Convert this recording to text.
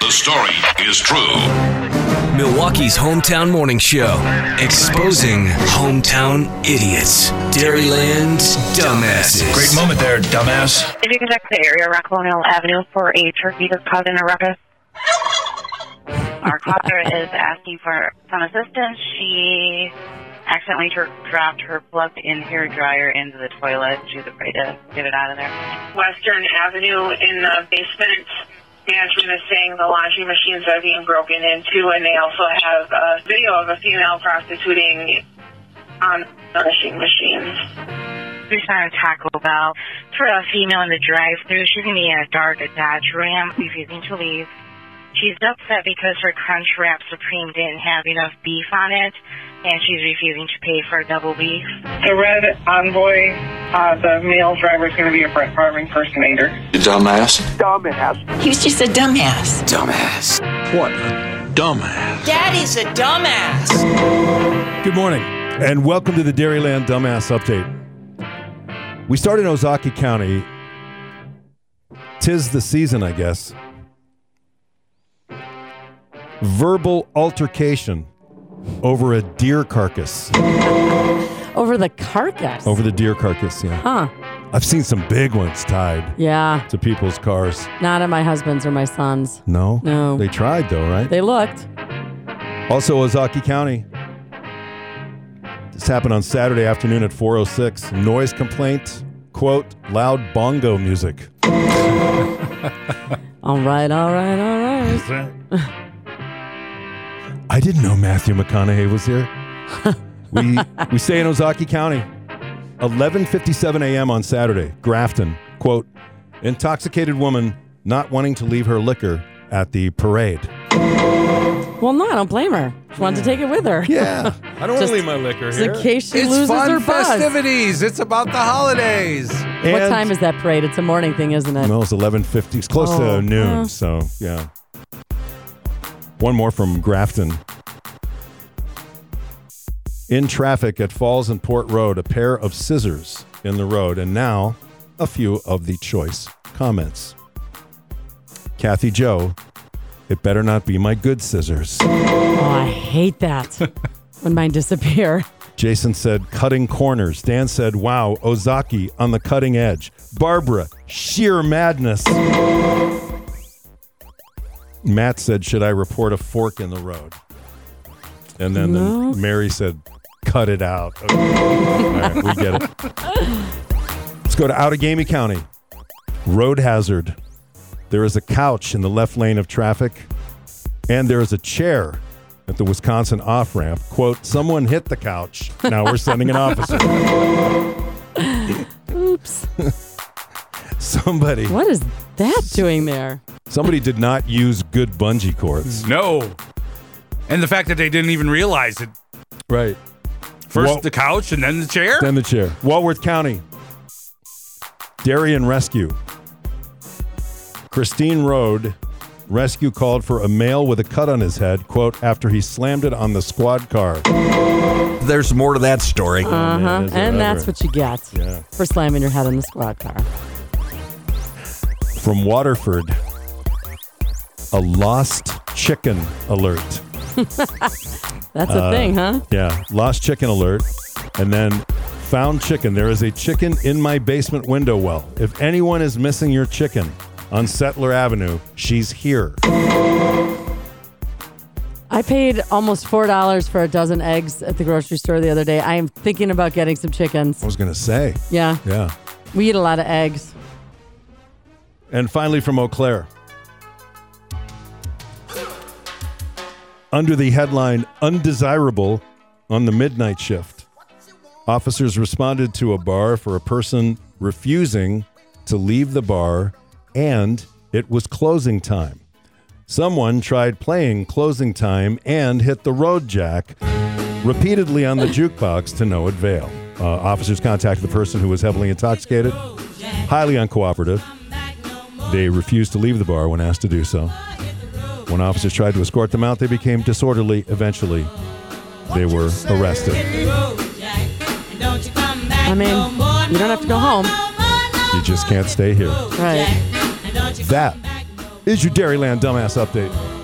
The story is true. Milwaukee's hometown morning show, exposing hometown idiots, Dairyland's dumbasses. Great moment there, dumbass. If you can check the area, Rockwell Hill Avenue for a turkey that's causing a ruckus. Our caller is asking for some assistance. She accidentally tur dropped her plug-in hair dryer into the toilet. She was afraid to get it out of there. Western Avenue in the basement. Management is saying the laundry machines are being broken into, and they also have a video of a female prostituting on washing machines. This time Taco Bell for a female in the drive-through. She's gonna be in a dark Dodge Ram, refusing to leave. She's upset because her Crunch Wrap Supreme didn't have enough beef on it, and she's refusing to pay for double beef. The red envoy, uh, the male driver, is going to be a Brett Favre impersonator. He was just a dumbass. Daddy's a dumbass. Good morning, and welcome to the Dairyland Dumbass Update. We start in Ozaki County. Tis the season, I guess. Verbal altercation over a deer carcass. Over the carcass. Over the deer carcass, yeah. Huh. I've seen some big ones tied Yeah. to people's cars. Not at my husband's or my son's. No? No. They tried, though, right? They looked. Also, Ozaki County. This happened on Saturday afternoon at 4:06. Noise complaint. Quote: Loud bongo music. All right, all right, all right. I didn't know Matthew McConaughey was here. we we stay in Ozaki County. 11:57 a.m. on Saturday. Grafton. Quote: Intoxicated woman not wanting to leave her liquor at the parade. Well, no, I don't blame her. She wanted to take it with her. Yeah, I don't want Just- to leave my liquor Just in here. case she it's loses fun her buzz. festivities. It's about the holidays. What time is that parade? It's a morning thing, isn't it? Well, it's eleven fifty. It's close Oh, to noon, yeah. so yeah. One more from Grafton. In traffic at Falls and Port Road, a pair of scissors in the road, and now a few of the choice comments. Kathy Joe, it better not be my good scissors. Oh, I hate that. when mine disappear. Jason said, cutting corners. Dan said, wow, Ozaki on the cutting edge. Barbara, sheer madness. Matt said, should I report a fork in the road? And then, No. the, Mary said, cut it out. Okay. All right, we get it. Let's go to Outagamie County. Road hazard. There is a couch in the left lane of traffic, and there is a chair at the Wisconsin off ramp. Quote, someone hit the couch. Now we're sending an officer. Oops. Somebody What is that doing there? somebody did not use good bungee cords. No. And the fact that they didn't even realize it. Right. First Whoa. the couch and then the chair. Then the chair. Walworth County. Darien Rescue. Christine Road. Rescue called for a male with a cut on his head, quote, after he slammed it on the squad car. There's more to that story. Uh man, huh. is it And that's ever. what you get Yeah. for slamming your head in the squad car. From Waterford. A lost chicken alert. That's Uh, a thing, huh? Yeah, lost chicken alert. And then found chicken. There is a chicken in my basement window well. If anyone is missing your chicken on Settler Avenue, she's here. I paid almost four dollars for a dozen eggs at the grocery store the other day. I am thinking about getting some chickens. I was going to say. Yeah, Yeah. we eat a lot of eggs. And finally, from Eau Claire. Under the headline Undesirable on the Midnight Shift, officers responded to a bar for a person refusing to leave the bar and it was closing time. Someone tried playing closing time and hit the road jack repeatedly on the jukebox to no avail. Uh, officers contacted the person who was heavily intoxicated, highly uncooperative. They refused to leave the bar when asked to do so. When officers tried to escort them out, they became disorderly. Eventually, they were arrested. I mean, you don't have to go home, You just can't stay here. right? That is your Dairyland Dumbass Update.